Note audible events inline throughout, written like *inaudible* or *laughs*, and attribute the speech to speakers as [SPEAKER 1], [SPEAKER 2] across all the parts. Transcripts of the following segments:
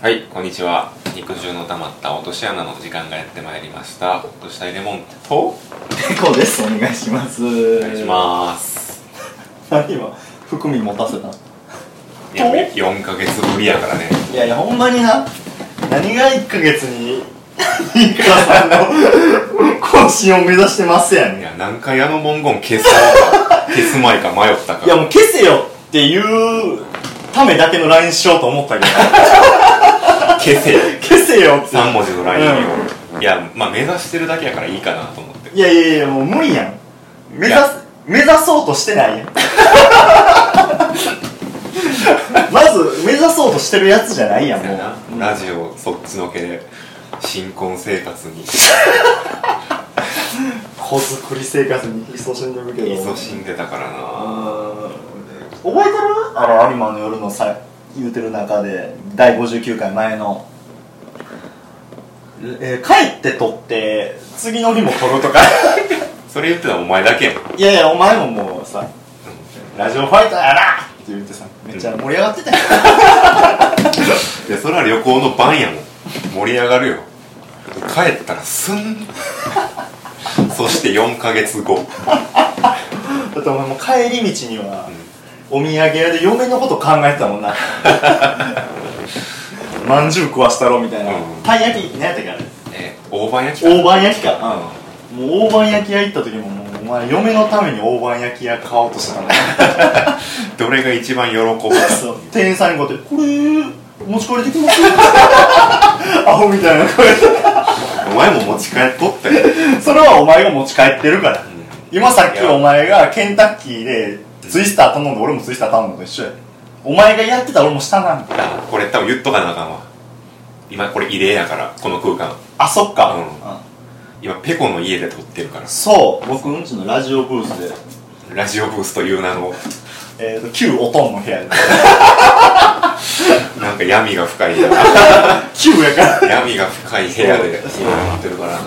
[SPEAKER 1] はいこんにちは肉汁の溜まった落とし穴の時間がやってまいりました落としたいレモンと
[SPEAKER 2] ペコですお願いします
[SPEAKER 1] お願いします
[SPEAKER 2] す何今含み持たせたの
[SPEAKER 1] いや4ヶ月ぶりやからね
[SPEAKER 2] いやいやほんまにな何が1ヶ月に三倉さんの更新を目指してますやねん
[SPEAKER 1] い
[SPEAKER 2] い
[SPEAKER 1] や何回あの文言消す
[SPEAKER 2] *laughs*
[SPEAKER 1] か消すまいか迷ったか
[SPEAKER 2] やもう消せよっていうためだけの LINE しようと思ったけど *laughs*
[SPEAKER 1] 消せ
[SPEAKER 2] 消せよって
[SPEAKER 1] 3文字のラインを、いやまあ目指してるだけやからいいかなと思って
[SPEAKER 2] いやいやいやもう無理やん目
[SPEAKER 1] い
[SPEAKER 2] 指す
[SPEAKER 1] や
[SPEAKER 2] 目指そうとしてないやんまず目指そうとしてるやつじゃないやん
[SPEAKER 1] そ
[SPEAKER 2] も
[SPEAKER 1] や
[SPEAKER 2] う
[SPEAKER 1] なラジオそっちのけで新婚生活に
[SPEAKER 2] 子作り生活に勤しんでるけど
[SPEAKER 1] 勤しんでたからな
[SPEAKER 2] あー覚えてるあの有馬の夜のさ言うてる中で第59回前の、えー帰って撮って次の日も撮る *laughs* とか
[SPEAKER 1] それ言ってたのお前だけやん
[SPEAKER 2] いやいやお前ももうさラジオファイターやなって言ってさめっちゃ盛り上がってたよ、
[SPEAKER 1] いやそれは旅行の晩やもん盛り上がるよ帰ったらすんそして4ヶ月後、うん
[SPEAKER 2] だってお前もう帰り道にはお土産屋で嫁のこと考えてたもんな *laughs* まんじゅう食わしたろみたいな、
[SPEAKER 1] うん
[SPEAKER 2] たい焼き何やったっけあれ
[SPEAKER 1] え大判焼きか
[SPEAKER 2] 大判焼きか、うん、もう大判焼き屋行った時ももうお前嫁のために大判焼き屋買おうとしたからね
[SPEAKER 1] どれが一番喜ぶか
[SPEAKER 2] *laughs* そう店員さんにこうやって「これ持ち帰りできます?」 *laughs* アホみたいな声で
[SPEAKER 1] お前も持ち帰っとったよ
[SPEAKER 2] それはお前が持ち帰ってるから、今さっきお前がケンタッキーでツイスター頼んで俺もツイスター頼むのと一緒やお前がやってたら俺もしたな
[SPEAKER 1] あこれ多分言っとかなあかんわ今これ異例やからこの空間
[SPEAKER 2] あそっか、
[SPEAKER 1] うん今ペコの家で撮ってるから
[SPEAKER 2] そう僕うんちのラジオブースで、
[SPEAKER 1] ラジオブースという名の
[SPEAKER 2] えー、と旧おとんの部屋で
[SPEAKER 1] なんか闇が深い
[SPEAKER 2] *laughs* 旧やから
[SPEAKER 1] 闇が深い部屋で今やってるからな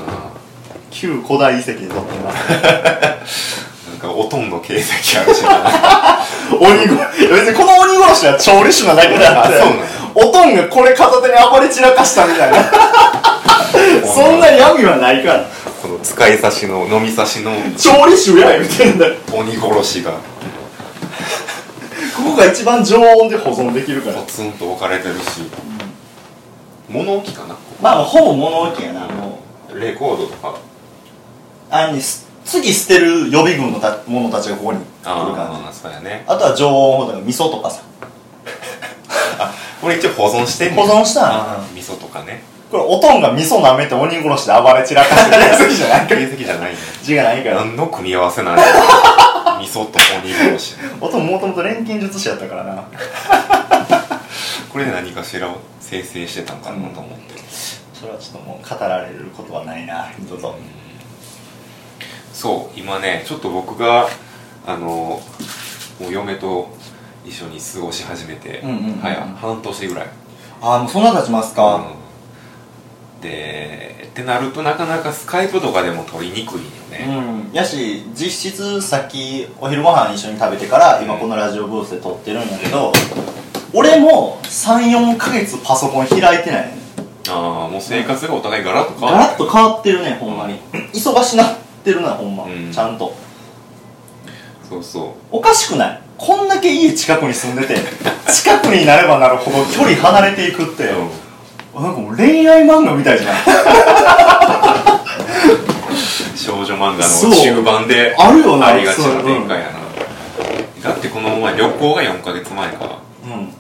[SPEAKER 2] 旧古代遺跡で撮ってます
[SPEAKER 1] なんかおとんの形跡あるしな
[SPEAKER 2] 鬼ご別にこの鬼殺しは調理師なだけだって
[SPEAKER 1] あそうなの
[SPEAKER 2] おとんがこれ片手に暴れ散らかしたみたいな *laughs* *laughs* そんな闇はないから
[SPEAKER 1] この使い差しの飲み差しの
[SPEAKER 2] 調理師やみたいなこ
[SPEAKER 1] 鬼殺しが
[SPEAKER 2] こが一番常温で保存できるから
[SPEAKER 1] ポツンと置かれてるし、物置かな
[SPEAKER 2] まあほぼ物置やなもう
[SPEAKER 1] レコードとか
[SPEAKER 2] あのす次捨てる予備軍のた者たちがここに来る感
[SPEAKER 1] ああそうやね
[SPEAKER 2] じあとは常温保存味噌とかさ
[SPEAKER 1] これ一応保存してんね
[SPEAKER 2] 保
[SPEAKER 1] ん
[SPEAKER 2] 存したら
[SPEAKER 1] あー味噌とかね
[SPEAKER 2] これおとんが味噌舐めて鬼殺しで暴れ散らかしてるやつじゃないか
[SPEAKER 1] 形
[SPEAKER 2] ら
[SPEAKER 1] 跡じゃないね
[SPEAKER 2] 字がないから
[SPEAKER 1] 何の組み合わせなんだ
[SPEAKER 2] *laughs*
[SPEAKER 1] 味噌と鬼殺し
[SPEAKER 2] おとんもともと錬金術師やったからな
[SPEAKER 1] これで何かしらを生成してたんかなと思って、
[SPEAKER 2] それはちょっともう語られることはないな二度と
[SPEAKER 1] そう今ねちょっと僕があのお嫁と一緒に過ごし始めて、
[SPEAKER 2] うんうんうんうん
[SPEAKER 1] はや半年ぐらい
[SPEAKER 2] ああもうそんな経ちますか、
[SPEAKER 1] うんでってなるとなかなかスカイプとかでも撮りにくいよ
[SPEAKER 2] う
[SPEAKER 1] ね、
[SPEAKER 2] ん、やし実質さっきお昼ご飯一緒に食べてから今
[SPEAKER 1] うん
[SPEAKER 2] このラジオブースで撮ってるんやけど俺も34ヶ月パソコン開いてないね
[SPEAKER 1] ああもう生活がお互いガラッと変
[SPEAKER 2] ガ
[SPEAKER 1] わ
[SPEAKER 2] ラ
[SPEAKER 1] っ
[SPEAKER 2] ッ
[SPEAKER 1] た
[SPEAKER 2] と変わってるねほんまに忙しなってるなほんま、
[SPEAKER 1] うん
[SPEAKER 2] ちゃんと
[SPEAKER 1] そうそ
[SPEAKER 2] おかしくないこんだけ家近くに住ん *laughs* でて近くになればなるほど距離離れていくって、
[SPEAKER 1] う、
[SPEAKER 2] なんかもう恋愛漫画みたいじゃない
[SPEAKER 1] 少女漫画
[SPEAKER 2] そう
[SPEAKER 1] の中盤で
[SPEAKER 2] *laughs* あるよな
[SPEAKER 1] ありがち
[SPEAKER 2] そうう
[SPEAKER 1] なん展開やな、だってこの前旅行が4ヶ月前か
[SPEAKER 2] うん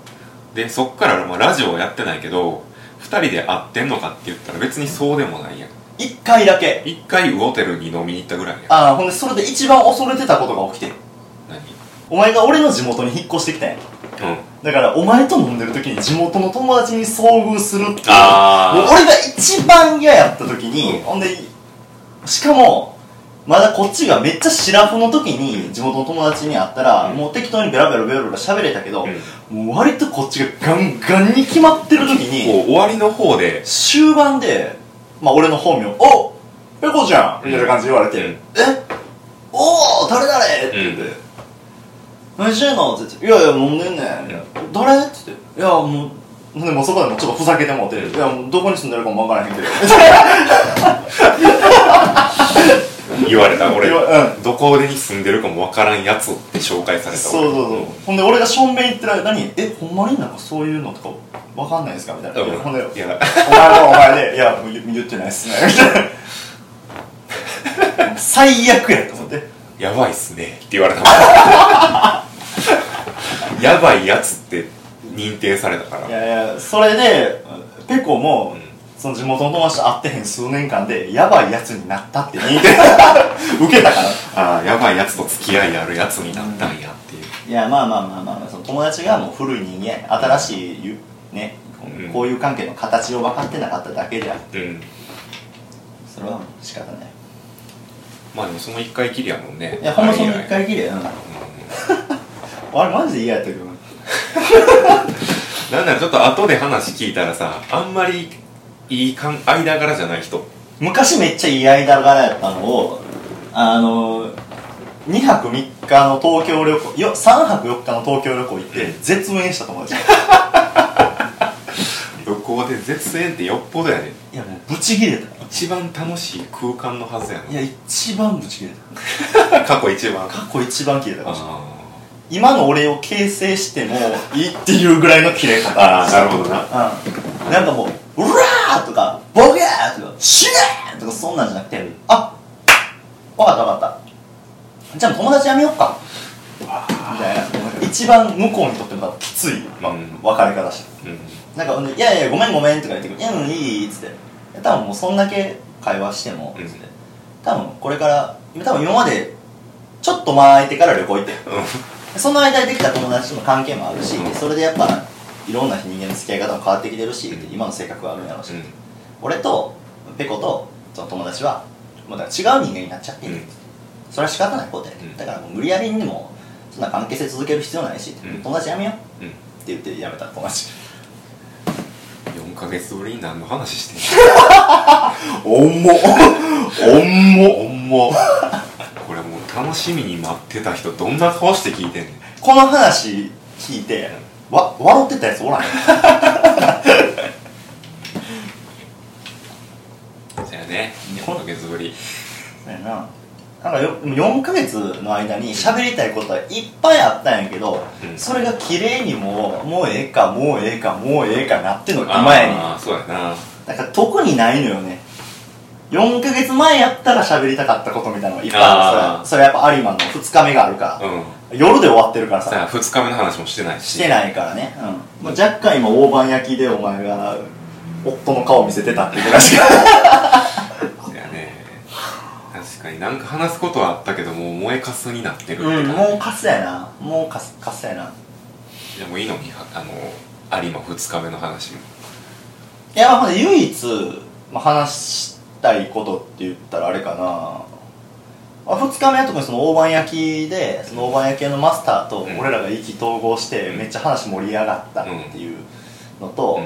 [SPEAKER 1] でそっから、まあ、ラジオはやってないけど2人で会ってんのかって言ったら別にそうでもないやん
[SPEAKER 2] 一回だけ
[SPEAKER 1] 1回ウオテルに飲みに行ったぐらいやん
[SPEAKER 2] ああほんでそれで一番恐れてたことが起きてるお前が俺の地元に引っ越してきたんや
[SPEAKER 1] 何うん
[SPEAKER 2] だからお前と飲んでる時に地元の友達に遭遇するっていう
[SPEAKER 1] あー
[SPEAKER 2] もう俺が一番嫌やった時に、ほんでしかもまだこっちがめっちゃシラフの時に地元の友達に会ったら、
[SPEAKER 1] うん
[SPEAKER 2] もう適当にベラベラベラベラ喋れたけど、
[SPEAKER 1] う
[SPEAKER 2] もう割とこっちがガンガンに決まってる時に
[SPEAKER 1] こう終わりの方で
[SPEAKER 2] 終盤で、まあ、俺の本名「おペコちゃん!」みたいな感じで言われて「
[SPEAKER 1] うん
[SPEAKER 2] えおお誰誰?」って言って
[SPEAKER 1] うん
[SPEAKER 2] 「何してんの?」って言って「いやいや飲んでんねん」みたいな「誰?」って言って「いやもうほんでもうそこでもうちょっとふざけてもうて、いやもうどこに住んでるかもわからへん
[SPEAKER 1] *laughs*
[SPEAKER 2] けど
[SPEAKER 1] 言われた俺、
[SPEAKER 2] 言わ *laughs*
[SPEAKER 1] *laughs*
[SPEAKER 2] う
[SPEAKER 1] どこに住んでるかもわからんやつって紹介された
[SPEAKER 2] そうそうそうほんで俺がしょんべん行ってる間に「えほんまになんかそういうのとかわかんないですか?」みたいな、
[SPEAKER 1] うん
[SPEAKER 2] ほんで
[SPEAKER 1] いや
[SPEAKER 2] お前はお前で、いや、もう言言ってないっ *laughs* すね、みたいな。最悪やと思って。
[SPEAKER 1] やばいっすねって言われた *laughs* やばいやつって認定されたから
[SPEAKER 2] いやいや、それで、ペコも
[SPEAKER 1] うん、
[SPEAKER 2] その地元の友達と会ってへん数年間で、やばいやつになったって *laughs* 認定受けたから。
[SPEAKER 1] ああやばいやつと付き合いあるやつになったんやっていう、
[SPEAKER 2] いや、まあまあまあまあ、その友達がもう古い人間、新しいゆ、ね、こう
[SPEAKER 1] うん
[SPEAKER 2] こういう関係の形を分かってなかっただけである。
[SPEAKER 1] うん
[SPEAKER 2] それはもう仕方ない。
[SPEAKER 1] まあでもその一回きりやもんね
[SPEAKER 2] いや、ほんまその
[SPEAKER 1] あれ以
[SPEAKER 2] 一
[SPEAKER 1] 来
[SPEAKER 2] 回きりやな。 *laughs* あれ、マジで嫌やったけどな。
[SPEAKER 1] なんならちょっと後で話聞いたらさあんまりいいかん間柄じゃない人
[SPEAKER 2] 昔めっちゃ嫌いだからやったのをあの2泊3日の東京旅行よ3泊4日の東京旅行行って絶縁した友達 *laughs* い
[SPEAKER 1] 旅行で絶縁ってよっぽどやね
[SPEAKER 2] やもうブチギレた
[SPEAKER 1] 一番楽しい空間のはずや
[SPEAKER 2] いや一番ブチギレた
[SPEAKER 1] な過去一番
[SPEAKER 2] 過去一番切れたかもしれない
[SPEAKER 1] あ
[SPEAKER 2] 今の俺を形成してもいいっていうぐらいの切れ方
[SPEAKER 1] あーなるほどな
[SPEAKER 2] うんなんかもう「うらー!」とか「ボケー!」とか「死ねー!」とかそんなんじゃなくて「あわかったわかったじゃあ友達やめよっか」みたいな一番向こうにとっても多分きつい、まあ
[SPEAKER 1] うん
[SPEAKER 2] 別れ方した
[SPEAKER 1] うん
[SPEAKER 2] なんかほんで「いやいやごめんごめん」とか言ってくる「いやうんいい」っつっていや多分もうそんだけ会話しても、
[SPEAKER 1] うん
[SPEAKER 2] つって多分これから多分今までちょっと間空いてから旅行行ってその間にできた友達との関係もあるし、
[SPEAKER 1] うん
[SPEAKER 2] それでやっぱいろんな人間の付き合い方も変わってきてるし、今の性格があるんやろうし、俺とペコとその友達はもうだから違う人間になっちゃって
[SPEAKER 1] うん
[SPEAKER 2] る、それは仕方ないことで、
[SPEAKER 1] うん
[SPEAKER 2] だからもう無理やりにもそんな関係性続ける必要ないし、
[SPEAKER 1] うん
[SPEAKER 2] 友達やめようっ
[SPEAKER 1] うん
[SPEAKER 2] て言ってやめた友達
[SPEAKER 1] 4ヶ月ぶりに何の話してんの
[SPEAKER 2] おんもおんも
[SPEAKER 1] ほんまこれもう楽しみに待ってた人どんな顔して聞いてんねん
[SPEAKER 2] この話聞いてわ笑ってたやつおらん
[SPEAKER 1] そやね4ヶ月ぶり
[SPEAKER 2] そうやななんかよ4ヶ月の間に喋りたいことはいっぱいあったんやけど、
[SPEAKER 1] うん
[SPEAKER 2] それが綺麗にもうもうええかもうええかもうええかなってんのが今やねん
[SPEAKER 1] ああそうやな
[SPEAKER 2] だから特にないのよね4ヶ月前やったら喋りたかったことみたいなのがいっぱいある
[SPEAKER 1] あー
[SPEAKER 2] さそれやっぱ有馬の2日目があるから、
[SPEAKER 1] うん
[SPEAKER 2] 夜で終わってるから
[SPEAKER 1] さ
[SPEAKER 2] さ
[SPEAKER 1] あ2日目の話もしてないし
[SPEAKER 2] してないからね、うんまあ、若干今大判焼きでお前が夫の顔見せてたっていうらしい
[SPEAKER 1] そやね確かになんか話すことはあったけどもう燃えかすになってるって
[SPEAKER 2] う
[SPEAKER 1] 感
[SPEAKER 2] ん
[SPEAKER 1] じ
[SPEAKER 2] もうカスやなもうカスカスやない
[SPEAKER 1] やもういいのにあの有馬2日目の話も
[SPEAKER 2] いやまあほんで唯一、まあ、話したいことって言ったらあれかな、まあ、2日目は特にその大判焼きでその大判焼き屋のマスターと
[SPEAKER 1] うん
[SPEAKER 2] 俺らが意気投合して
[SPEAKER 1] うん
[SPEAKER 2] めっちゃ話盛り上がったっていうのと、
[SPEAKER 1] う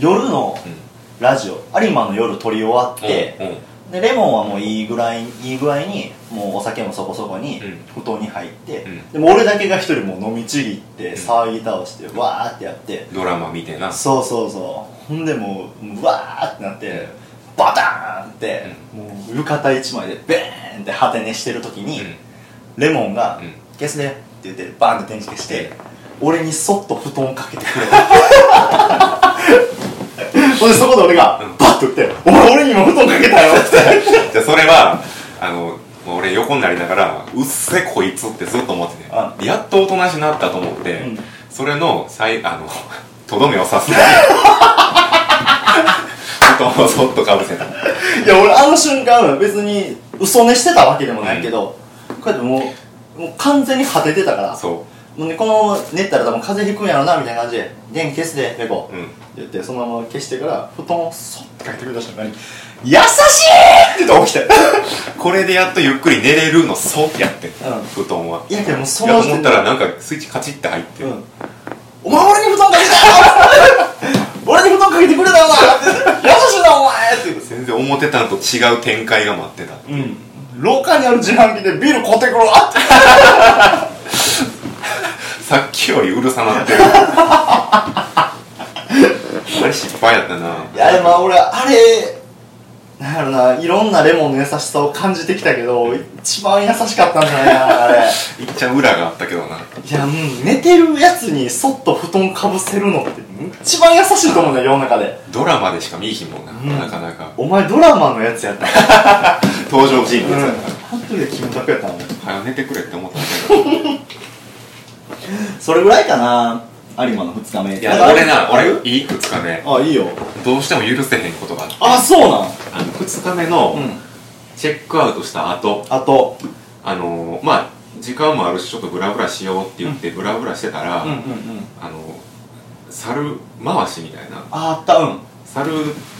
[SPEAKER 2] 夜の
[SPEAKER 1] ん
[SPEAKER 2] ラジオ有馬の夜撮り終わって、
[SPEAKER 1] うんうん
[SPEAKER 2] でレモンはもういいぐらいいい具合にもうお酒もそこそこに
[SPEAKER 1] うん
[SPEAKER 2] 布団に入って、
[SPEAKER 1] うん
[SPEAKER 2] でも俺だけが一人もう飲みちぎって
[SPEAKER 1] ん
[SPEAKER 2] 騒ぎ倒してわーってやって、
[SPEAKER 1] ドラマ見てな
[SPEAKER 2] そうそうそうほんでもうもうわーってなってバターンって、もう浴衣一枚でベーンって果て寝してる時に、
[SPEAKER 1] う
[SPEAKER 2] レモンが
[SPEAKER 1] うん
[SPEAKER 2] 「消すね」って言ってバーンって電池消して、俺にそっと布団かけてく
[SPEAKER 1] *laughs*
[SPEAKER 2] れたほんでそこで俺が
[SPEAKER 1] うん
[SPEAKER 2] バッと打って「お前俺にも布団かけたよ」って
[SPEAKER 1] *laughs* んじゃあそれはあのもう俺横になりながらうっせこいつってずっと思って
[SPEAKER 2] あ
[SPEAKER 1] てやっと大人しなったと思って、
[SPEAKER 2] うん
[SPEAKER 1] それの最あの *laughs* とどめを刺すだ *laughs* け布団をそっとかぶせた
[SPEAKER 2] いや俺あの瞬間別に嘘寝してたわけでもないけど、こうやってもうもう完全に果ててたから
[SPEAKER 1] そ
[SPEAKER 2] もうね、このまま寝たら多分風邪ひくんやろなみたいな感じで「電気消すでペコ」
[SPEAKER 1] ううん
[SPEAKER 2] って言ってそのまま消してから布団をそっとかけてくれた瞬間に「優しい!」って言って起きて
[SPEAKER 1] これでやっとゆっくり寝れるのそうやって、
[SPEAKER 2] ん
[SPEAKER 1] 布団はい
[SPEAKER 2] やけどもうそ
[SPEAKER 1] いや
[SPEAKER 2] の
[SPEAKER 1] と思ったらなんかスイッチカチって入って、
[SPEAKER 2] うんお前俺に布団かけたよ俺に布団かけてくれたよな優しいなお前って言って
[SPEAKER 1] 全然思ってたのと違う展開が待ってた
[SPEAKER 2] うん廊下にある自販機でビール買ってくるわって
[SPEAKER 1] さっきよりうるさなってる失敗やったない
[SPEAKER 2] やでも俺あれなんやろないろんなレモンの優しさを感じてきたけど一番優しかったんじゃないかなあれ
[SPEAKER 1] いっちゃん裏があったけどない
[SPEAKER 2] やうん寝てるやつにそっと布団かぶせるのって一番優しいと思うんだよ世の中で
[SPEAKER 1] ドラマでしか見いひんもんな、
[SPEAKER 2] うん
[SPEAKER 1] なかなか
[SPEAKER 2] お前ドラマのやつやった
[SPEAKER 1] 登場人物やか
[SPEAKER 2] 本当にキムタクやったもん
[SPEAKER 1] ら、早寝てくれって思ったんだけど
[SPEAKER 2] それぐらいかな有馬の2日目
[SPEAKER 1] いや俺な
[SPEAKER 2] あ
[SPEAKER 1] 俺
[SPEAKER 2] る
[SPEAKER 1] いい2日目
[SPEAKER 2] あいいよ
[SPEAKER 1] どうしても許せへんことがあって
[SPEAKER 2] あそうなん
[SPEAKER 1] あの2日目の
[SPEAKER 2] うん
[SPEAKER 1] チェックアウトした後
[SPEAKER 2] あと
[SPEAKER 1] あのー、まあ時間もあるしちょっとブラブラしようって言ってブラブラしてたら、
[SPEAKER 2] うんうん
[SPEAKER 1] あの猿回しみたいな
[SPEAKER 2] ああったうん
[SPEAKER 1] 猿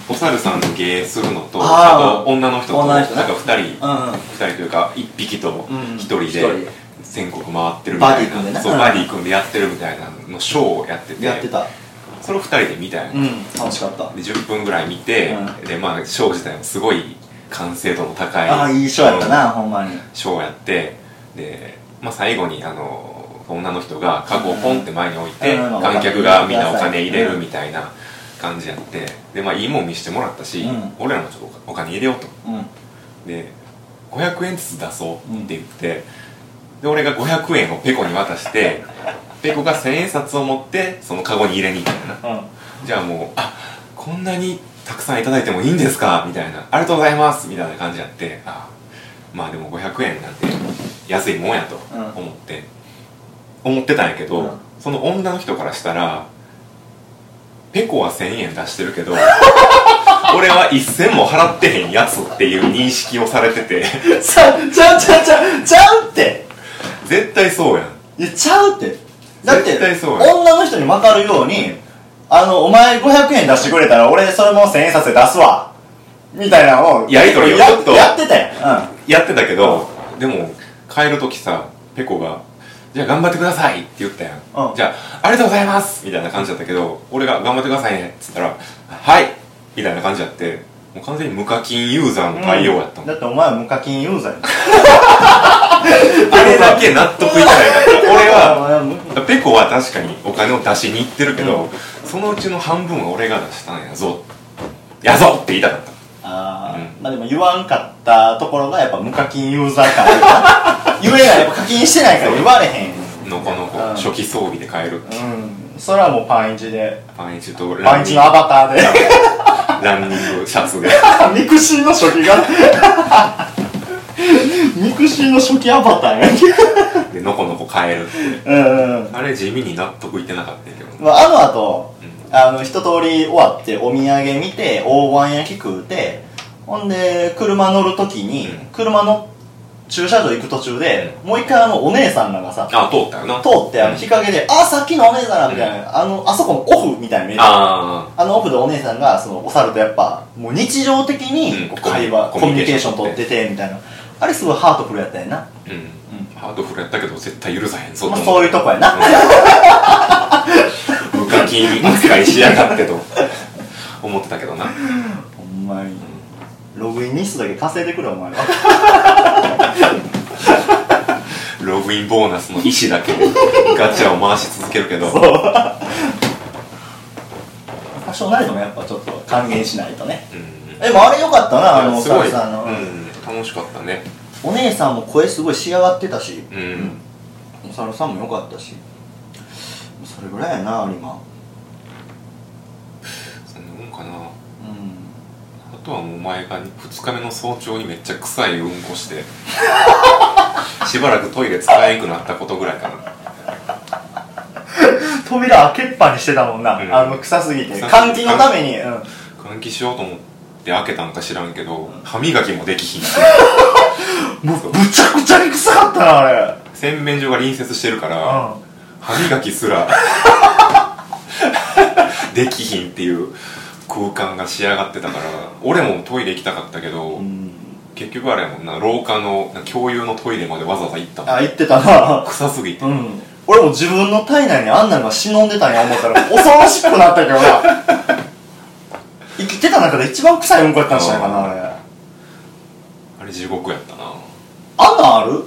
[SPEAKER 1] お猿さんの芸するのと
[SPEAKER 2] あー
[SPEAKER 1] あと女の人と
[SPEAKER 2] 女
[SPEAKER 1] なん
[SPEAKER 2] の人
[SPEAKER 1] か
[SPEAKER 2] ね
[SPEAKER 1] 2人
[SPEAKER 2] うん
[SPEAKER 1] 2人というか1匹と
[SPEAKER 2] うん
[SPEAKER 1] 1人
[SPEAKER 2] 一
[SPEAKER 1] で全国回ってるみたい
[SPEAKER 2] バディ組んでね
[SPEAKER 1] なそう
[SPEAKER 2] うん
[SPEAKER 1] バディ組んでやってるみたいなのショーをやってて
[SPEAKER 2] やってた
[SPEAKER 1] それを2人で見たよ
[SPEAKER 2] う
[SPEAKER 1] ね
[SPEAKER 2] ん楽しかった
[SPEAKER 1] で10分ぐらい見て
[SPEAKER 2] う
[SPEAKER 1] でまあショー自体もすごい完成度の高い
[SPEAKER 2] ああいいショーやったなほんまに
[SPEAKER 1] ショーやってで、まあ、最後にあの女の人がカゴをポンって前に置いて、
[SPEAKER 2] うん
[SPEAKER 1] 観客がみんなお金入れるみたいな感じやってで、まあ、いいもん見してもらったし、
[SPEAKER 2] うん
[SPEAKER 1] 俺らもちょっとお金入れようと
[SPEAKER 2] うん
[SPEAKER 1] で500円ずつ出そうって言って、で俺が500円をペコに渡してペコが1000円札を持ってそのカゴに入れに行ったよなじゃあもうあこんなにたくさんいただいてもいいんですかみたいなありがとうございますみたいな感じやってあまあでも500円なんて安いもんやと
[SPEAKER 2] うん
[SPEAKER 1] 思って、思ってたんやけど、
[SPEAKER 2] うん
[SPEAKER 1] その女の人からしたらペコは1000円出してるけど俺は1000も払ってへんやつっていう認識をされてて
[SPEAKER 2] ちゃうちゃうちゃうちゃうちゃうって
[SPEAKER 1] 絶対そうやん
[SPEAKER 2] いやちゃうってだって
[SPEAKER 1] 絶対そうや
[SPEAKER 2] 女の人に分かるようにあのお前500円出してくれたら俺それも1000円札で出すわみたいなのを
[SPEAKER 1] やりとりを
[SPEAKER 2] や
[SPEAKER 1] ちょっと
[SPEAKER 2] やってたやんうん
[SPEAKER 1] やってたけど、でも帰る時さペコが「じゃあ頑張ってください」って言ったやん、
[SPEAKER 2] うん
[SPEAKER 1] じゃあ「ありがとうございます」みたいな感じだったけど俺が「頑張ってくださいね」っつったら「はい」みたいな感じだってもう完全に無課金ユーザーの対応やったもん、
[SPEAKER 2] だってお前は無課金ユーザーやん
[SPEAKER 1] あれだけ納得いかないから俺は
[SPEAKER 2] お前無課
[SPEAKER 1] ペコは確かにお金を出しに行ってるけど、そのうちの半分は俺が出したんやぞやぞって言いたかった
[SPEAKER 2] あー
[SPEAKER 1] う
[SPEAKER 2] まあでも言わんかったところがやっぱ無課金ユーザ
[SPEAKER 1] *laughs*
[SPEAKER 2] ーから言えないやっぱ課金してないから言われへん
[SPEAKER 1] のこのこ
[SPEAKER 2] うん
[SPEAKER 1] 初期装備で帰る
[SPEAKER 2] うんそれはもうパンイチで
[SPEAKER 1] パンイチと
[SPEAKER 2] パン
[SPEAKER 1] ラ
[SPEAKER 2] イ
[SPEAKER 1] ン
[SPEAKER 2] チ
[SPEAKER 1] ニ
[SPEAKER 2] のアバターで
[SPEAKER 1] ランニングシャツで
[SPEAKER 2] *laughs* ミクシーの初期が *laughs* ミクシーの初期アバターや
[SPEAKER 1] でのこのこ帰るって
[SPEAKER 2] うんうん、
[SPEAKER 1] あれ地味に納得いってなかったんやけど
[SPEAKER 2] まあ、あの後
[SPEAKER 1] う
[SPEAKER 2] あの一通り終わってお土産見て大判焼き食うてほんで車乗る時に、
[SPEAKER 1] うん
[SPEAKER 2] 車の駐車場行く途中で、もう一回あのお姉さんらがさ
[SPEAKER 1] あ通ったよな
[SPEAKER 2] 通ってあの日陰で「あさっきのお姉さんら」みたいな、あのあそこのオフみたいな見えてあ
[SPEAKER 1] あ
[SPEAKER 2] のオフでお姉さんがそのお猿とやっぱもう日常的にこう
[SPEAKER 1] うん
[SPEAKER 2] 会話、
[SPEAKER 1] コミ
[SPEAKER 2] コミュ
[SPEAKER 1] ュ
[SPEAKER 2] ニ
[SPEAKER 1] ニ
[SPEAKER 2] ケ
[SPEAKER 1] ケ
[SPEAKER 2] ー
[SPEAKER 1] ー
[SPEAKER 2] シ
[SPEAKER 1] シ
[SPEAKER 2] ョ
[SPEAKER 1] ョ
[SPEAKER 2] ン
[SPEAKER 1] ン
[SPEAKER 2] 取っててみたいなあれすごいハートフルやったよな
[SPEAKER 1] ーうん、ハードフルやったけど絶対許さへんぞ
[SPEAKER 2] まあ
[SPEAKER 1] と
[SPEAKER 2] そういうとこやな
[SPEAKER 1] うん無課金扱いしやがってと思ってたけどな
[SPEAKER 2] ほんまにログイン日数だけ稼いでくれお前は *laughs*
[SPEAKER 1] ログインボーナスの意思だけでガチャを回し続けるけど
[SPEAKER 2] 多少なりともやっぱちょっと還元しないと *laughs* ね
[SPEAKER 1] うん
[SPEAKER 2] でもあれよかったなあの
[SPEAKER 1] すごい、
[SPEAKER 2] お猿さんの、
[SPEAKER 1] うん、楽しかったね
[SPEAKER 2] お姉さんも声すごい仕上がってたし、
[SPEAKER 1] うん、
[SPEAKER 2] お猿さんもよかったしそれぐらいやな有馬
[SPEAKER 1] そんなもんかな
[SPEAKER 2] うん
[SPEAKER 1] あとはもうお前が2日目の早朝にめっちゃ臭いうんこしてしばらくトイレ使えんくなったことぐらいかな
[SPEAKER 2] *laughs* 扉開けっぱにしてたもんな、
[SPEAKER 1] うん
[SPEAKER 2] あの臭すぎ
[SPEAKER 1] 臭
[SPEAKER 2] て
[SPEAKER 1] すぎて
[SPEAKER 2] 換気のために、うん、
[SPEAKER 1] 換気しようと思って開けたんか知らんけど、歯磨きもできひんし
[SPEAKER 2] もうぶちゃくちゃに臭かったなあれ
[SPEAKER 1] 洗面所が隣接してるから、
[SPEAKER 2] うん
[SPEAKER 1] 歯磨きすらできひんっていう空間が仕上がってたから俺もトイレ行きたかったけど、結局あれやもんな廊下のなんか共有のトイレまでわざわざ行ったもん
[SPEAKER 2] あ言ってたな
[SPEAKER 1] 臭すぎて、
[SPEAKER 2] うん俺も自分の体内にあんなのが忍んでたんや思った *laughs* ら恐ろしくなったけどな生きてた中で一番臭いうんこやったんじゃないかなあれ
[SPEAKER 1] あれ地獄やったな
[SPEAKER 2] あんなんある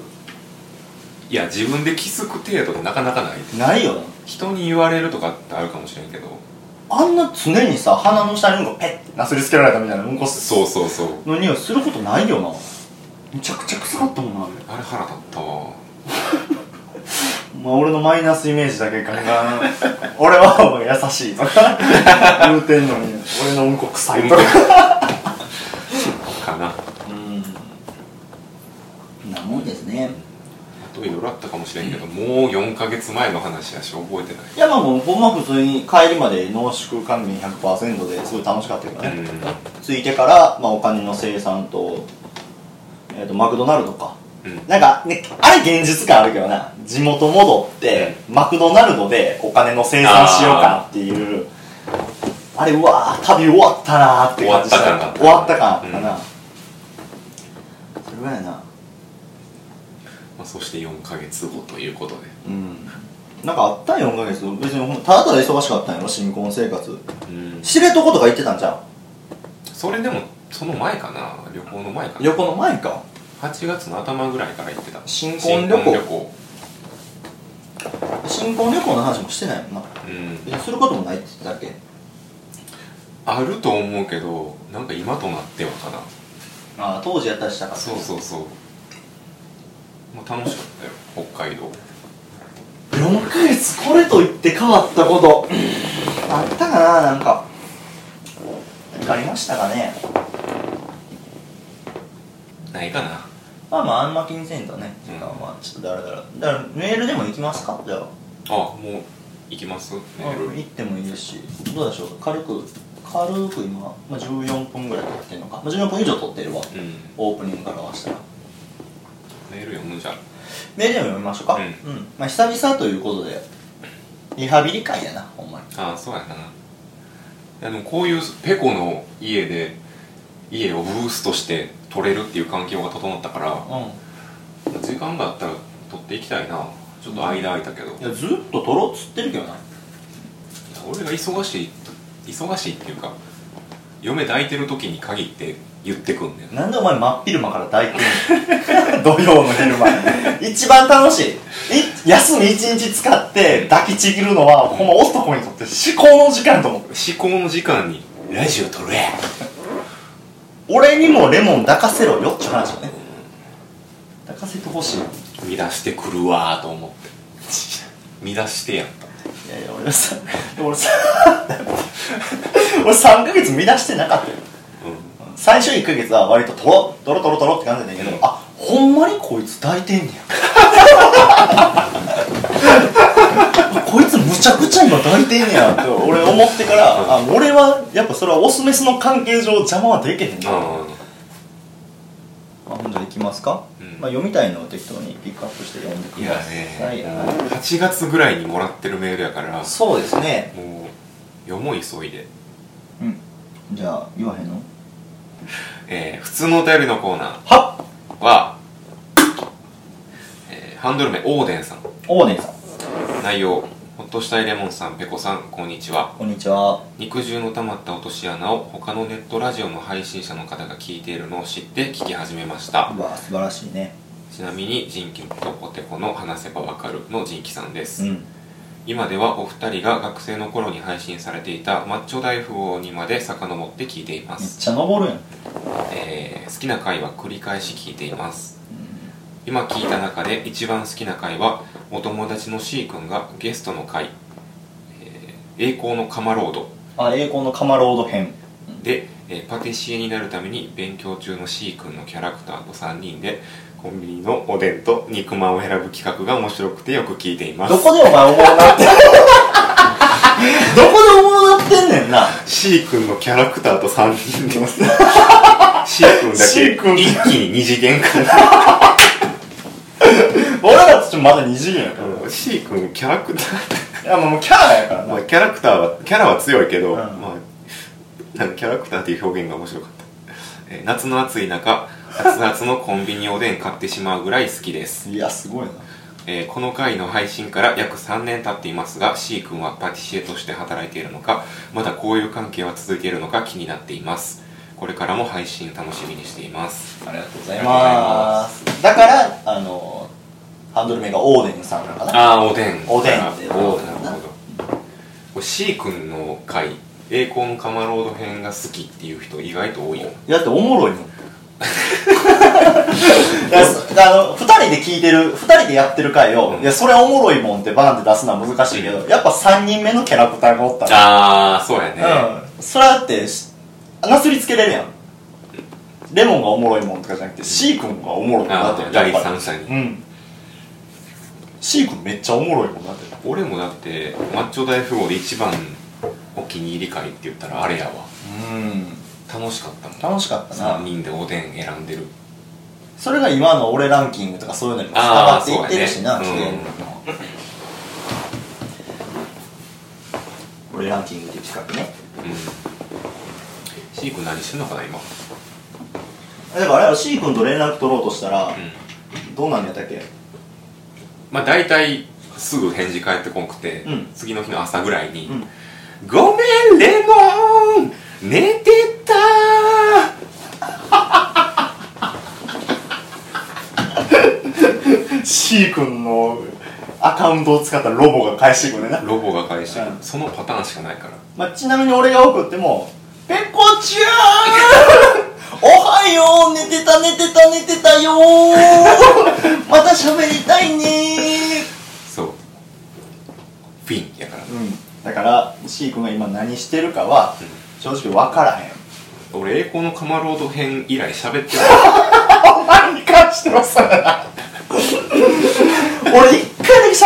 [SPEAKER 1] いや自分で気づく程度でなかなかない
[SPEAKER 2] ないよな
[SPEAKER 1] 人に言われるとかってあるかもしれんけど
[SPEAKER 2] あんな常にさ鼻の下にうんこペッてなすりつけられたみたいなうんこ
[SPEAKER 1] そうそうそう
[SPEAKER 2] の匂いすることないよなめちゃくちゃ臭かったもんなあれ
[SPEAKER 1] あれ腹立ったわ
[SPEAKER 2] まあ俺のマイナスイメージだけガンガン俺はお前優しいとか言うてんのに俺のうんこ臭いとか
[SPEAKER 1] かなあ
[SPEAKER 2] うんなもんですね
[SPEAKER 1] といろいろあったかもしれんけど、もう4か月前の話やし覚えてない
[SPEAKER 2] いやまあもうほんま普通に帰りまで濃縮還元100%ですごい楽しかったけどね、着いてから、まあ、お金の生産と,、えー、とマクドナルドか
[SPEAKER 1] うんうん
[SPEAKER 2] なんかねあれ現実感あるけどな地元戻って、マクドナルドでお金の生産しようかなっていうあれうわー旅終わったなーって感じした
[SPEAKER 1] 終わった感があった
[SPEAKER 2] 終わった感あったな、それぐらいやな
[SPEAKER 1] まあ、そして4か月後ということで
[SPEAKER 2] うんなんかあったん4ヶ月別にほんただただ忙しかったんやろ新婚生活
[SPEAKER 1] うん
[SPEAKER 2] 知床とか行ってたんじゃん
[SPEAKER 1] それでもその前かな旅行の前かな
[SPEAKER 2] 旅行の前か
[SPEAKER 1] 8月の頭ぐらいから行ってた
[SPEAKER 2] 新婚旅行
[SPEAKER 1] 新旅行
[SPEAKER 2] 新婚旅行の話もしてないもんな
[SPEAKER 1] うん
[SPEAKER 2] 別にすることもないって言ってたっけ
[SPEAKER 1] あると思うけどなんか今となってはかな
[SPEAKER 2] ああ当時やったりしたから
[SPEAKER 1] そうそうそう、まあ、楽しかったよ北海道
[SPEAKER 2] 4ヶ月これと言って変わったことあったかななんか何かありましたかね
[SPEAKER 1] ないかな
[SPEAKER 2] まあまああんま気にせんとね時間はちょっとだらだらだからメールでも行きますかじゃあ
[SPEAKER 1] あもう行きますメール
[SPEAKER 2] 行ってもいいですしどうでしょう軽く軽く今、まあ、14分ぐらい撮ってるのか、まあ、14分以上撮ってるわ
[SPEAKER 1] うん
[SPEAKER 2] オープニングからはしたら
[SPEAKER 1] メール読むじゃん
[SPEAKER 2] メールでも読みましょうか
[SPEAKER 1] うん
[SPEAKER 2] まあ久々ということでリハビリ会やなほんまに
[SPEAKER 1] ああそうやないやでもこういうペコの家で家をブースとして取れるっていう環境が整ったから
[SPEAKER 2] うん
[SPEAKER 1] 時間があったら取っていきたいなちょっと間空いたけど、
[SPEAKER 2] いやずっと撮ろうっつってるけどな
[SPEAKER 1] 俺が忙しい忙しいっていうか嫁抱いてる時に限って言ってくんねん
[SPEAKER 2] なんでお前真っ昼間から大工 *laughs* 土曜の昼間一番楽しいい休み一日使って抱きちぎるのはほんま男にとって至高の時間と思う
[SPEAKER 1] 思考の時間にラジオ撮れ
[SPEAKER 2] 俺にもレモン抱かせろよっていう話をね抱かせてほしいい
[SPEAKER 1] 乱してくるわーと思って乱してやった
[SPEAKER 2] やいや俺はさ俺さ俺3ヶ月乱してなかったよ
[SPEAKER 1] う
[SPEAKER 2] 最初1ヶ月は割とトロトロトロトロって感じだけど、
[SPEAKER 1] うん
[SPEAKER 2] あほんまにこいつ抱いてんねやこいつむちゃくちゃ今抱いてんねやって俺思ってからあ俺はやっぱそれはオスメスの関係上邪魔はできへんな、あ
[SPEAKER 1] んうん
[SPEAKER 2] ほんじゃいきますか、
[SPEAKER 1] うん
[SPEAKER 2] まあ、読みたいのを適当にピックアップして読んでく
[SPEAKER 1] い
[SPEAKER 2] だ
[SPEAKER 1] や
[SPEAKER 2] さい
[SPEAKER 1] ね、
[SPEAKER 2] はい
[SPEAKER 1] 8月ぐらいにもらってるメールやからも
[SPEAKER 2] そうですね
[SPEAKER 1] う読もう急いで、
[SPEAKER 2] うんじゃあ言わへんの
[SPEAKER 1] えー普通のお便りのコーナ
[SPEAKER 2] はっ
[SPEAKER 1] ーは、えーハンドル名オーデンさん
[SPEAKER 2] オーネンさん
[SPEAKER 1] 内容ほっとしたいレモンさんぺこさんこんにちは
[SPEAKER 2] こんにちは
[SPEAKER 1] 肉汁の溜まった落とし穴を他のネットラジオの配信者の方が聞いているのを知って聞き始めました
[SPEAKER 2] うわ素晴らしいね
[SPEAKER 1] ちなみにジンキとポテコの話せばわかるのジンキさんです、
[SPEAKER 2] うん
[SPEAKER 1] 今ではお二人が学生の頃に配信されていたマッチョ大富豪にまで遡って聞いていま
[SPEAKER 2] めっ
[SPEAKER 1] す、
[SPEAKER 2] ちゃ登るやん
[SPEAKER 1] えー好きな回は繰り返し聞いています今聞いた中で一番好きな回はお友達の C 君がゲストの回「えー栄光のカマロード
[SPEAKER 2] あ栄光のカマロード編」
[SPEAKER 1] で、えーパティシエになるために勉強中の C 君のキャラクターと3人でコンビニのおでんと肉まんを選ぶ企画が面白くてよく聞いています
[SPEAKER 2] どこでお前おもろなってん *laughs* どこでおもろなってんねんな
[SPEAKER 1] C 君のキャラクターと3人で C 君だ
[SPEAKER 2] C
[SPEAKER 1] け
[SPEAKER 2] 君
[SPEAKER 1] 一気に二次元化
[SPEAKER 2] 俺らとしてもまだ二次元やか
[SPEAKER 1] C 君キャラクター
[SPEAKER 2] らいやもうキャラやから
[SPEAKER 1] ま
[SPEAKER 2] な
[SPEAKER 1] あ、キャラクターはキャラは強いけど、
[SPEAKER 2] うん
[SPEAKER 1] まあ、なんかキャラクターっていう表現が面白かった、えー夏の暑い中熱々のコンビニおでん買ってしまうぐらい好きです、
[SPEAKER 2] いやすごいな
[SPEAKER 1] えーこの回の配信から約3年経っていますが C 君はパティシエとして働いているのかまだ交友関係は続いているのか気になっていますこれからも配信楽しみにしています
[SPEAKER 2] ありがとうござ
[SPEAKER 1] います
[SPEAKER 2] すだからあのハンドル名がオーデンさんなのか
[SPEAKER 1] あ
[SPEAKER 2] な
[SPEAKER 1] あおでん
[SPEAKER 2] おでん
[SPEAKER 1] あーおでんなるほどこれ C 君の回栄光のカマロード編が好きっていう人意外と多いよ
[SPEAKER 2] だっておもろいもん *laughs* いやそあの2人で聞いてる2人でやってる回を、
[SPEAKER 1] うん
[SPEAKER 2] いやそれおもろいもんってバーンって出すのは難しいけど、やっぱ3人目のキャラクターがおったら
[SPEAKER 1] ああそうやね、
[SPEAKER 2] うん、それはだってしなすりつけれるやんレモンがおもろいもんとかじゃなくて C 君がおもろいもんだ
[SPEAKER 1] あー
[SPEAKER 2] ってやっぱり
[SPEAKER 1] 第三者に
[SPEAKER 2] うん C 君めっちゃおもろいもんだって
[SPEAKER 1] 俺もだってマッチョ大富豪で一番お気に入り会って言ったらあれやわ
[SPEAKER 2] うん
[SPEAKER 1] 楽しかったもん
[SPEAKER 2] 楽しかった
[SPEAKER 1] 3
[SPEAKER 2] な
[SPEAKER 1] 人でおでん選んでる
[SPEAKER 2] それが今の俺ランキングとかそういうのにもつながっていってるしな
[SPEAKER 1] あーそうだね
[SPEAKER 2] 綺麗に俺ランキングっていう企画ね
[SPEAKER 1] うんシーク何してんのかな今
[SPEAKER 2] だからあれは C 君と連絡取ろうとしたら、どうなんやったっけ
[SPEAKER 1] まあ大体すぐ返事返ってこんくて、
[SPEAKER 2] うん
[SPEAKER 1] 次の日の朝ぐらいに「
[SPEAKER 2] うん
[SPEAKER 1] ごめんレモン寝てた
[SPEAKER 2] シー君のアカウントを使ったロボが返してくるねな、
[SPEAKER 1] ロボが返してくる、
[SPEAKER 2] うん
[SPEAKER 1] そのパターンしかないから
[SPEAKER 2] まあ、ちなみに俺が送っても「ペコち *laughs* ゃんおはよう寝てた寝てた寝てたよ *laughs* ーまた喋りたいね
[SPEAKER 1] そうフィンやから
[SPEAKER 2] ー」うんだからシー君が今何してるかは正直分からへん
[SPEAKER 1] 俺栄光のカマロード編以来喋ってない
[SPEAKER 2] *laughs* お前に関してはそれな俺1回だ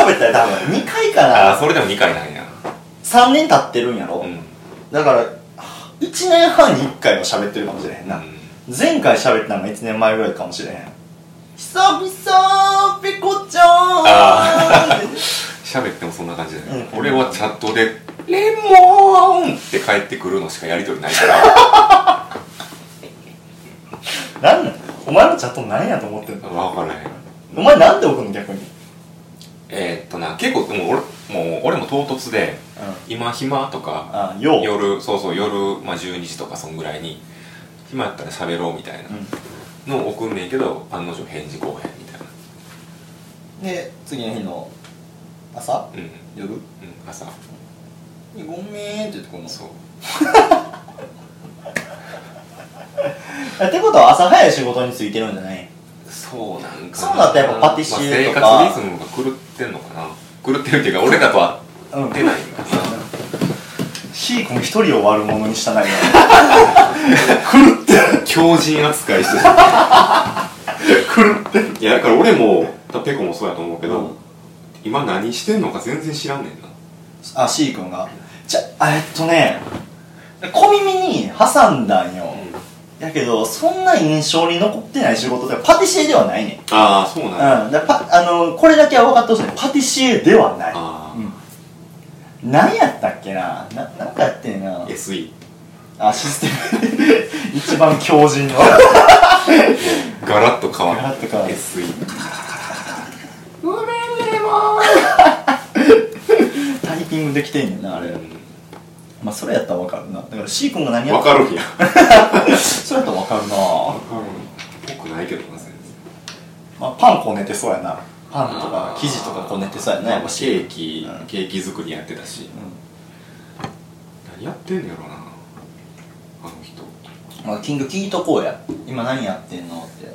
[SPEAKER 2] け喋ったよ多分2回か
[SPEAKER 1] ああ
[SPEAKER 2] な
[SPEAKER 1] それでも2回なんや
[SPEAKER 2] 3年経ってるんやろ、
[SPEAKER 1] うん
[SPEAKER 2] だから1年半に1回は喋ってるかもしれへんな、
[SPEAKER 1] うん
[SPEAKER 2] 前回喋ったのが1年前ぐらいかもしれへん久々ペコちゃ
[SPEAKER 1] あ
[SPEAKER 2] ん
[SPEAKER 1] 喋ってもそんな感じだよ、
[SPEAKER 2] うん
[SPEAKER 1] 俺はチャットで「レモン!」って帰ってくるのしかやりとりないから
[SPEAKER 2] *laughs* *laughs* なんなんお前のチャット何やと思ってんの
[SPEAKER 1] 分からへん
[SPEAKER 2] お前なんで送るの逆に
[SPEAKER 1] えー、っとな結構でも俺もう俺も唐突で今暇とか
[SPEAKER 2] あよう
[SPEAKER 1] 夜そうそう夜、まあ、12時とかそんぐらいに暇やったら喋ろうみたいなのを送んねんけど案の定返事こうへんみたいな
[SPEAKER 2] で次の日の朝
[SPEAKER 1] うん、うん、
[SPEAKER 2] 夜
[SPEAKER 1] 朝
[SPEAKER 2] ごめんって言ってくるの
[SPEAKER 1] そう
[SPEAKER 2] ってことは朝早い仕事についてるんじゃない
[SPEAKER 1] そうなんか
[SPEAKER 2] そうだったらやっぱパティシエとか
[SPEAKER 1] まあ、生活リズムが狂ってんのかな狂ってるっていうか俺らとは
[SPEAKER 2] うん
[SPEAKER 1] 出ないんだな
[SPEAKER 2] シー君一人を悪者にした *laughs* ないよ狂ってる
[SPEAKER 1] 強靭扱いしてる
[SPEAKER 2] 狂ってる
[SPEAKER 1] いやだから俺も多分ペコもそうやと思うけど、
[SPEAKER 2] うん
[SPEAKER 1] 今何してんのか全然知らんねんな
[SPEAKER 2] あ C 君がじゃあえっとね小耳に挟んだんよ、やけどそんな印象に残ってない仕事でパティシエではないねん、
[SPEAKER 1] ああそうなんだ、
[SPEAKER 2] うん、だパあのこれだけは分かってほしいパティシエではない
[SPEAKER 1] あー
[SPEAKER 2] うん、何やったっけなななんかやってんな
[SPEAKER 1] SE
[SPEAKER 2] あシステム *laughs* 一番強靭の
[SPEAKER 1] ガラッと変わる
[SPEAKER 2] ガラッと変わる
[SPEAKER 1] SE
[SPEAKER 2] ごめんねもうタイピングできてんねんなあれ、
[SPEAKER 1] う
[SPEAKER 2] まあそれやったら分かるなだから C 君が何
[SPEAKER 1] ん
[SPEAKER 2] や
[SPEAKER 1] わ
[SPEAKER 2] った
[SPEAKER 1] かるんや
[SPEAKER 2] それやったら分かるな
[SPEAKER 1] 僕ないけどな先
[SPEAKER 2] まあ、パンこねてそうやなパンとか生地とかこねてそうやなやっぱ
[SPEAKER 1] ケーキ、
[SPEAKER 2] うん
[SPEAKER 1] ケーキ作りやってたし何やってんねやろなあの人
[SPEAKER 2] まあ、キング聞いとこうや今何やってんのって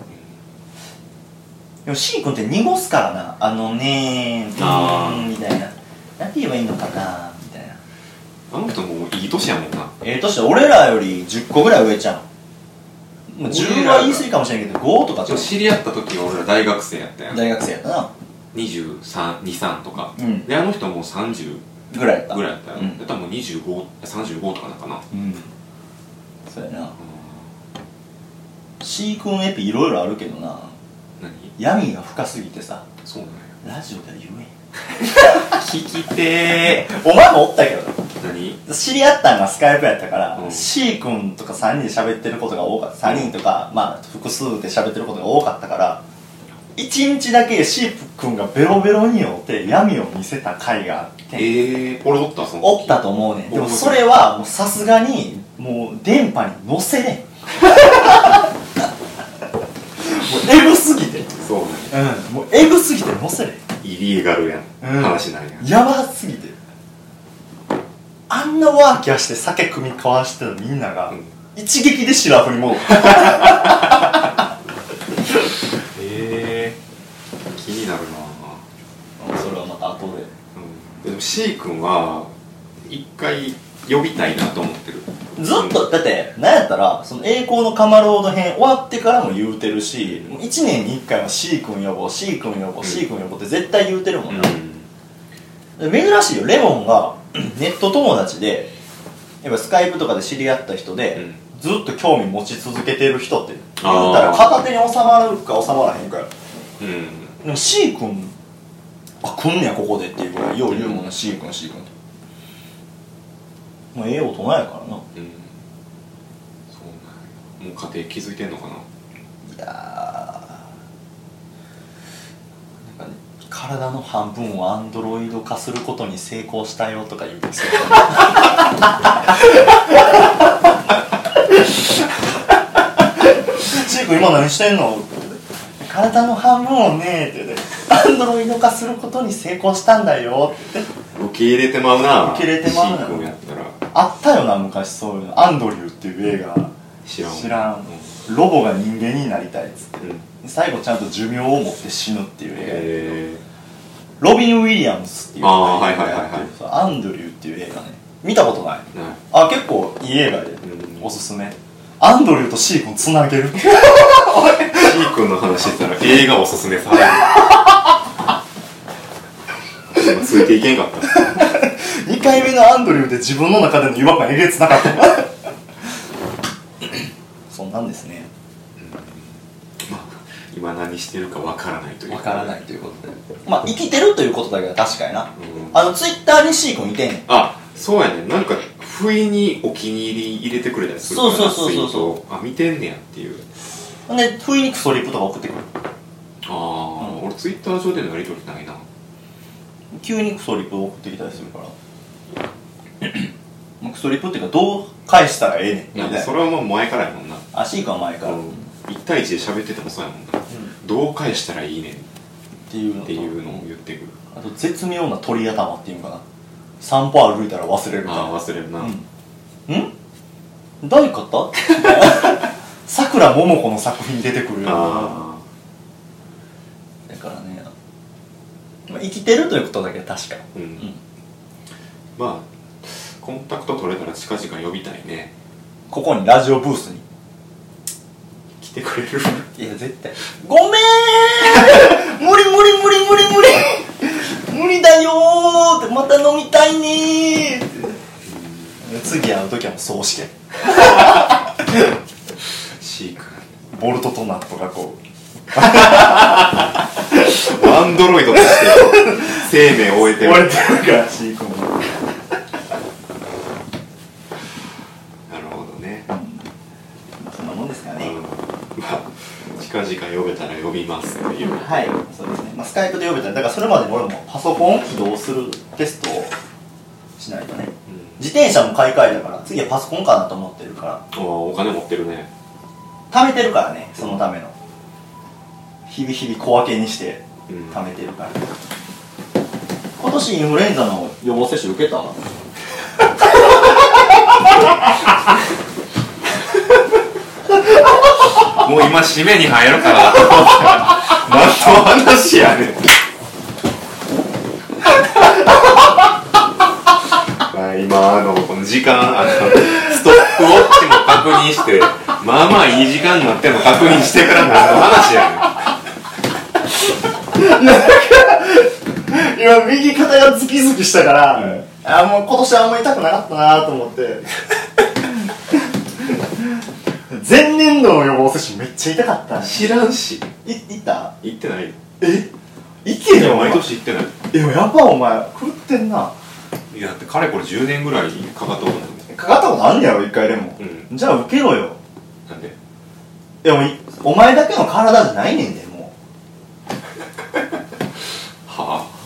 [SPEAKER 2] でも C 君って濁すからなあのねーう
[SPEAKER 1] あ
[SPEAKER 2] ー
[SPEAKER 1] ー
[SPEAKER 2] んみたいななんて言えばいいのかなみたいな
[SPEAKER 1] あの人もういい年やもんな
[SPEAKER 2] ええとして俺らより10個ぐらい上ちゃうもう
[SPEAKER 1] 俺
[SPEAKER 2] 10
[SPEAKER 1] らが
[SPEAKER 2] は言い過ぎかもしれんけど5とかち
[SPEAKER 1] ち
[SPEAKER 2] ゃ
[SPEAKER 1] ょ
[SPEAKER 2] う
[SPEAKER 1] 知り合った時俺ら大学生やったやん
[SPEAKER 2] 大学生やったな
[SPEAKER 1] 2323とか、
[SPEAKER 2] うん
[SPEAKER 1] であの人もう30
[SPEAKER 2] ぐらいやった
[SPEAKER 1] ぐらいやったよ、
[SPEAKER 2] うん
[SPEAKER 1] で多分2535とかなんかな
[SPEAKER 2] うんそうやな C 君エピいろいろあるけどな
[SPEAKER 1] 何
[SPEAKER 2] 闇が深すぎてさ
[SPEAKER 1] そうなんや
[SPEAKER 2] ラジオでは言えん
[SPEAKER 1] *laughs* 聞きて
[SPEAKER 2] お前もおったけど
[SPEAKER 1] ー何
[SPEAKER 2] 知り合ったんがスカイプやったから、
[SPEAKER 1] うん
[SPEAKER 2] C 君とか3人で喋ってることが多かった3人とか、まあ複数で喋ってることが多かったから1日だけ C 君がベロベロに酔って闇を見せた回があって
[SPEAKER 1] えー、俺おったその時
[SPEAKER 2] おったと思うねんでも
[SPEAKER 1] おる
[SPEAKER 2] それはもうさすがにもう電波に乗せれんもうエグすぎて
[SPEAKER 1] そうなんや
[SPEAKER 2] うんもうエグすぎて乗せれん
[SPEAKER 1] イリーガルやん、
[SPEAKER 2] うん
[SPEAKER 1] 話なんや
[SPEAKER 2] やばすぎてんなワーキャーして酒組み交わしてたみんなが、
[SPEAKER 1] うん
[SPEAKER 2] 一撃でシラフに *laughs* 戻った
[SPEAKER 1] ええ気になるな
[SPEAKER 2] それはまた後で
[SPEAKER 1] うんでも C 君は一回呼びたいなと思ってる
[SPEAKER 2] ずっとだってなんやったらその栄光のカマロード編終わってからも言うてるしもう1年に1回は C 君呼ぼう C 君呼ぼ
[SPEAKER 1] ん
[SPEAKER 2] う C 君呼ぼうって絶対言うてるも
[SPEAKER 1] うんん
[SPEAKER 2] な、珍しいよレモンが *clears throat* ネット友達でやっぱスカイプとかで知り合った人で、
[SPEAKER 1] うん
[SPEAKER 2] ずっと興味持ち続けてる人って
[SPEAKER 1] あー
[SPEAKER 2] 言ったら片手に収まるか収まらへんから
[SPEAKER 1] うん
[SPEAKER 2] でも C 君あ来んねやここでっていうぐらいよう言うもんな C 君 C 君ってもうええ大人やからな
[SPEAKER 1] うんそうなんやもう家庭気づいてんのかない
[SPEAKER 2] やーなんか体の半分をアンドロイド化することに成功したよとか言うんですよチーク今何してんの?」体の半分をね」って言って「アンドロイド化することに成功したんだよ」って
[SPEAKER 1] 受け入れてまうな
[SPEAKER 2] 受け入れてまうな
[SPEAKER 1] C 君やったら
[SPEAKER 2] あったよな昔そういうの「アンドリュー」っていう映画
[SPEAKER 1] 知らん
[SPEAKER 2] 知らんロボが人間になりたいっつって
[SPEAKER 1] うんうん
[SPEAKER 2] 最後ちゃんと寿命を持って死ぬっていう映画やけど
[SPEAKER 1] え
[SPEAKER 2] ロビン・ウィリアムズっていう
[SPEAKER 1] あーはいはいはいはい
[SPEAKER 2] そうアンドリューっていう映画ね見たことない
[SPEAKER 1] ー、ない
[SPEAKER 2] あ結構いい映画で、
[SPEAKER 1] うん
[SPEAKER 2] おすすめアンドリューとシーコンつなげる *laughs*
[SPEAKER 1] C 君の話したら映画おすすめされる *laughs* 今ついていけんかった
[SPEAKER 2] 2回目のアンドリューで自分の中での違和感えげつなかった *laughs* そんなんですね
[SPEAKER 1] まあ今何してるかわからないという
[SPEAKER 2] わからないということでまあ生きてるということだけは確かにな
[SPEAKER 1] うん
[SPEAKER 2] あのツイッターにシーコンいてんねん
[SPEAKER 1] あそうやねなんか不意にお気に入り入れてくれたりするから
[SPEAKER 2] そうそうそうそうそう
[SPEAKER 1] ツイートあ見てんねやっていう
[SPEAKER 2] ほんで不意にクソリップとか送ってくる
[SPEAKER 1] ああ、俺ツイッター上でのやり取りないな
[SPEAKER 2] 急にクソリップ送ってきたりするから *clears throat* まあクソリップっていうかどう返したらええねんみたい
[SPEAKER 1] い
[SPEAKER 2] な
[SPEAKER 1] やそれはもう前からやもんな
[SPEAKER 2] あシークは前から、
[SPEAKER 1] う
[SPEAKER 2] っ
[SPEAKER 1] ん一対一で喋っててもそうやもんな、どう返したらいいねんって
[SPEAKER 2] いうのと
[SPEAKER 1] ていうのを言ってくる
[SPEAKER 2] あと絶妙な鳥頭っていうのかな散歩歩いたら忘れるみたい
[SPEAKER 1] あ
[SPEAKER 2] な
[SPEAKER 1] あ忘れるな、
[SPEAKER 2] うんどういうこと *laughs* さくらももこの作品出てくるような
[SPEAKER 1] あ
[SPEAKER 2] だからね、まあ、生きてるということだけは確か
[SPEAKER 1] あうん、まあコンタクト取れたら近々呼びたいね
[SPEAKER 2] ここにラジオブースに
[SPEAKER 1] 来てくれる
[SPEAKER 2] いや絶対ごめーん無理無理無理無理無理無理だよーってまた飲みたいねーって次会う時はもうそうして *laughs*
[SPEAKER 1] C 君
[SPEAKER 2] ボルトとナットがこう *laughs*
[SPEAKER 1] アンドロイドとして生命を終えて
[SPEAKER 2] 言
[SPEAKER 1] る
[SPEAKER 2] われてるから飼育も
[SPEAKER 1] なるほどね、
[SPEAKER 2] そんなもんですか
[SPEAKER 1] うんまあ近々呼べたら呼びますっていう
[SPEAKER 2] はいそうですね、まあ、スカイプで呼べたらだからそれまでに俺もパソコンを起動するテストをしないとね自転車も買い替えたから次はパソコンかなと思ってるから
[SPEAKER 1] ああお金持ってるね
[SPEAKER 2] 貯めてるからねそのための日々日々小分けにして
[SPEAKER 1] うん
[SPEAKER 2] 貯めてるから、今年インフルエンザの予防接種受けた
[SPEAKER 1] もう今締めに入るから何の話やねん *laughs* まあ今あのこの時間あのストップウォッチも確認してまあまあいい時間になっても確認してから何の話やねん
[SPEAKER 2] *laughs* 今右肩がズキズキしたから、あもう今年はあんまり痛くなかったなと思って *laughs* 前年度の予防接種めっちゃ痛かったし
[SPEAKER 1] 知らんし
[SPEAKER 2] いいた
[SPEAKER 1] 行ってない
[SPEAKER 2] えいけ
[SPEAKER 1] いや
[SPEAKER 2] よお前
[SPEAKER 1] 毎年行ってない
[SPEAKER 2] でもやっぱお前狂ってんない
[SPEAKER 1] やだってかれこれ10年ぐらいかかったことない
[SPEAKER 2] かかったことあんねやろ一回でも、
[SPEAKER 1] うん
[SPEAKER 2] じゃあ受けろよ
[SPEAKER 1] なんで
[SPEAKER 2] でもいお前だけの体じゃないねんでも
[SPEAKER 1] は
[SPEAKER 2] う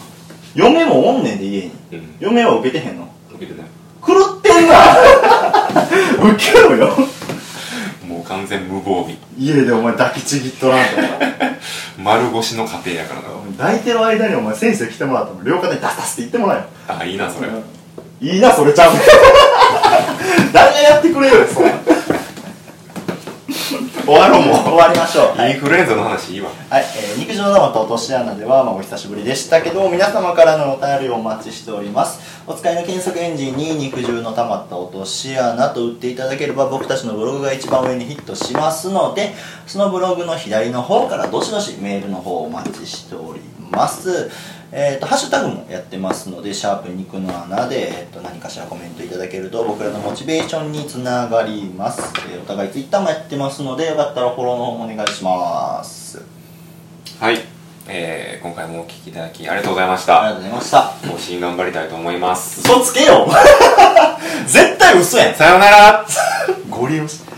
[SPEAKER 2] 嫁もおんねんで家に
[SPEAKER 1] あうん
[SPEAKER 2] 嫁は受けてへんの
[SPEAKER 1] 受けてない
[SPEAKER 2] 狂ってん *laughs* な受けろよ
[SPEAKER 1] もう完全無防備
[SPEAKER 2] 家でお前抱きちぎっとらんとか
[SPEAKER 1] 丸腰の家庭やからな
[SPEAKER 2] 抱いてる間にお前先生来てもらったら両肩にダスダスって言ってもらえよ
[SPEAKER 1] あいいなそれ
[SPEAKER 2] うんいいなそれちゃう誰がやってくれるよそんな
[SPEAKER 1] 終わろう
[SPEAKER 2] *laughs* 終
[SPEAKER 1] も
[SPEAKER 2] わりましょうは
[SPEAKER 1] う
[SPEAKER 2] い
[SPEAKER 1] インフルエンザの話いいわ
[SPEAKER 2] はい、えー肉汁の玉と落とし穴では、まあ、お久しぶりでしたけど皆様からのお便りをお待ちしておりますお使いの検索エンジンに肉汁の玉と落とし穴と打っていただければ僕たちのブログが一番上にヒットしますのでそのブログの左の方からどしどしメールの方をお待ちしておりますえー、とハッシュタグもやってますので「シャープ肉の穴で」えーと何かしらコメントいただけると僕らのモチベーションにつながります、えーお互いツイッターもやってますのでよかったらフォローの方もお願いします
[SPEAKER 1] はい、えー、今回もお聞きいただきありがとうございまし
[SPEAKER 2] ありが
[SPEAKER 1] た
[SPEAKER 2] とうございました。
[SPEAKER 1] 更新頑張りたいと思います
[SPEAKER 2] 嘘つけよ *laughs* 絶対嘘やん
[SPEAKER 1] さようなら
[SPEAKER 2] ゴリ押し。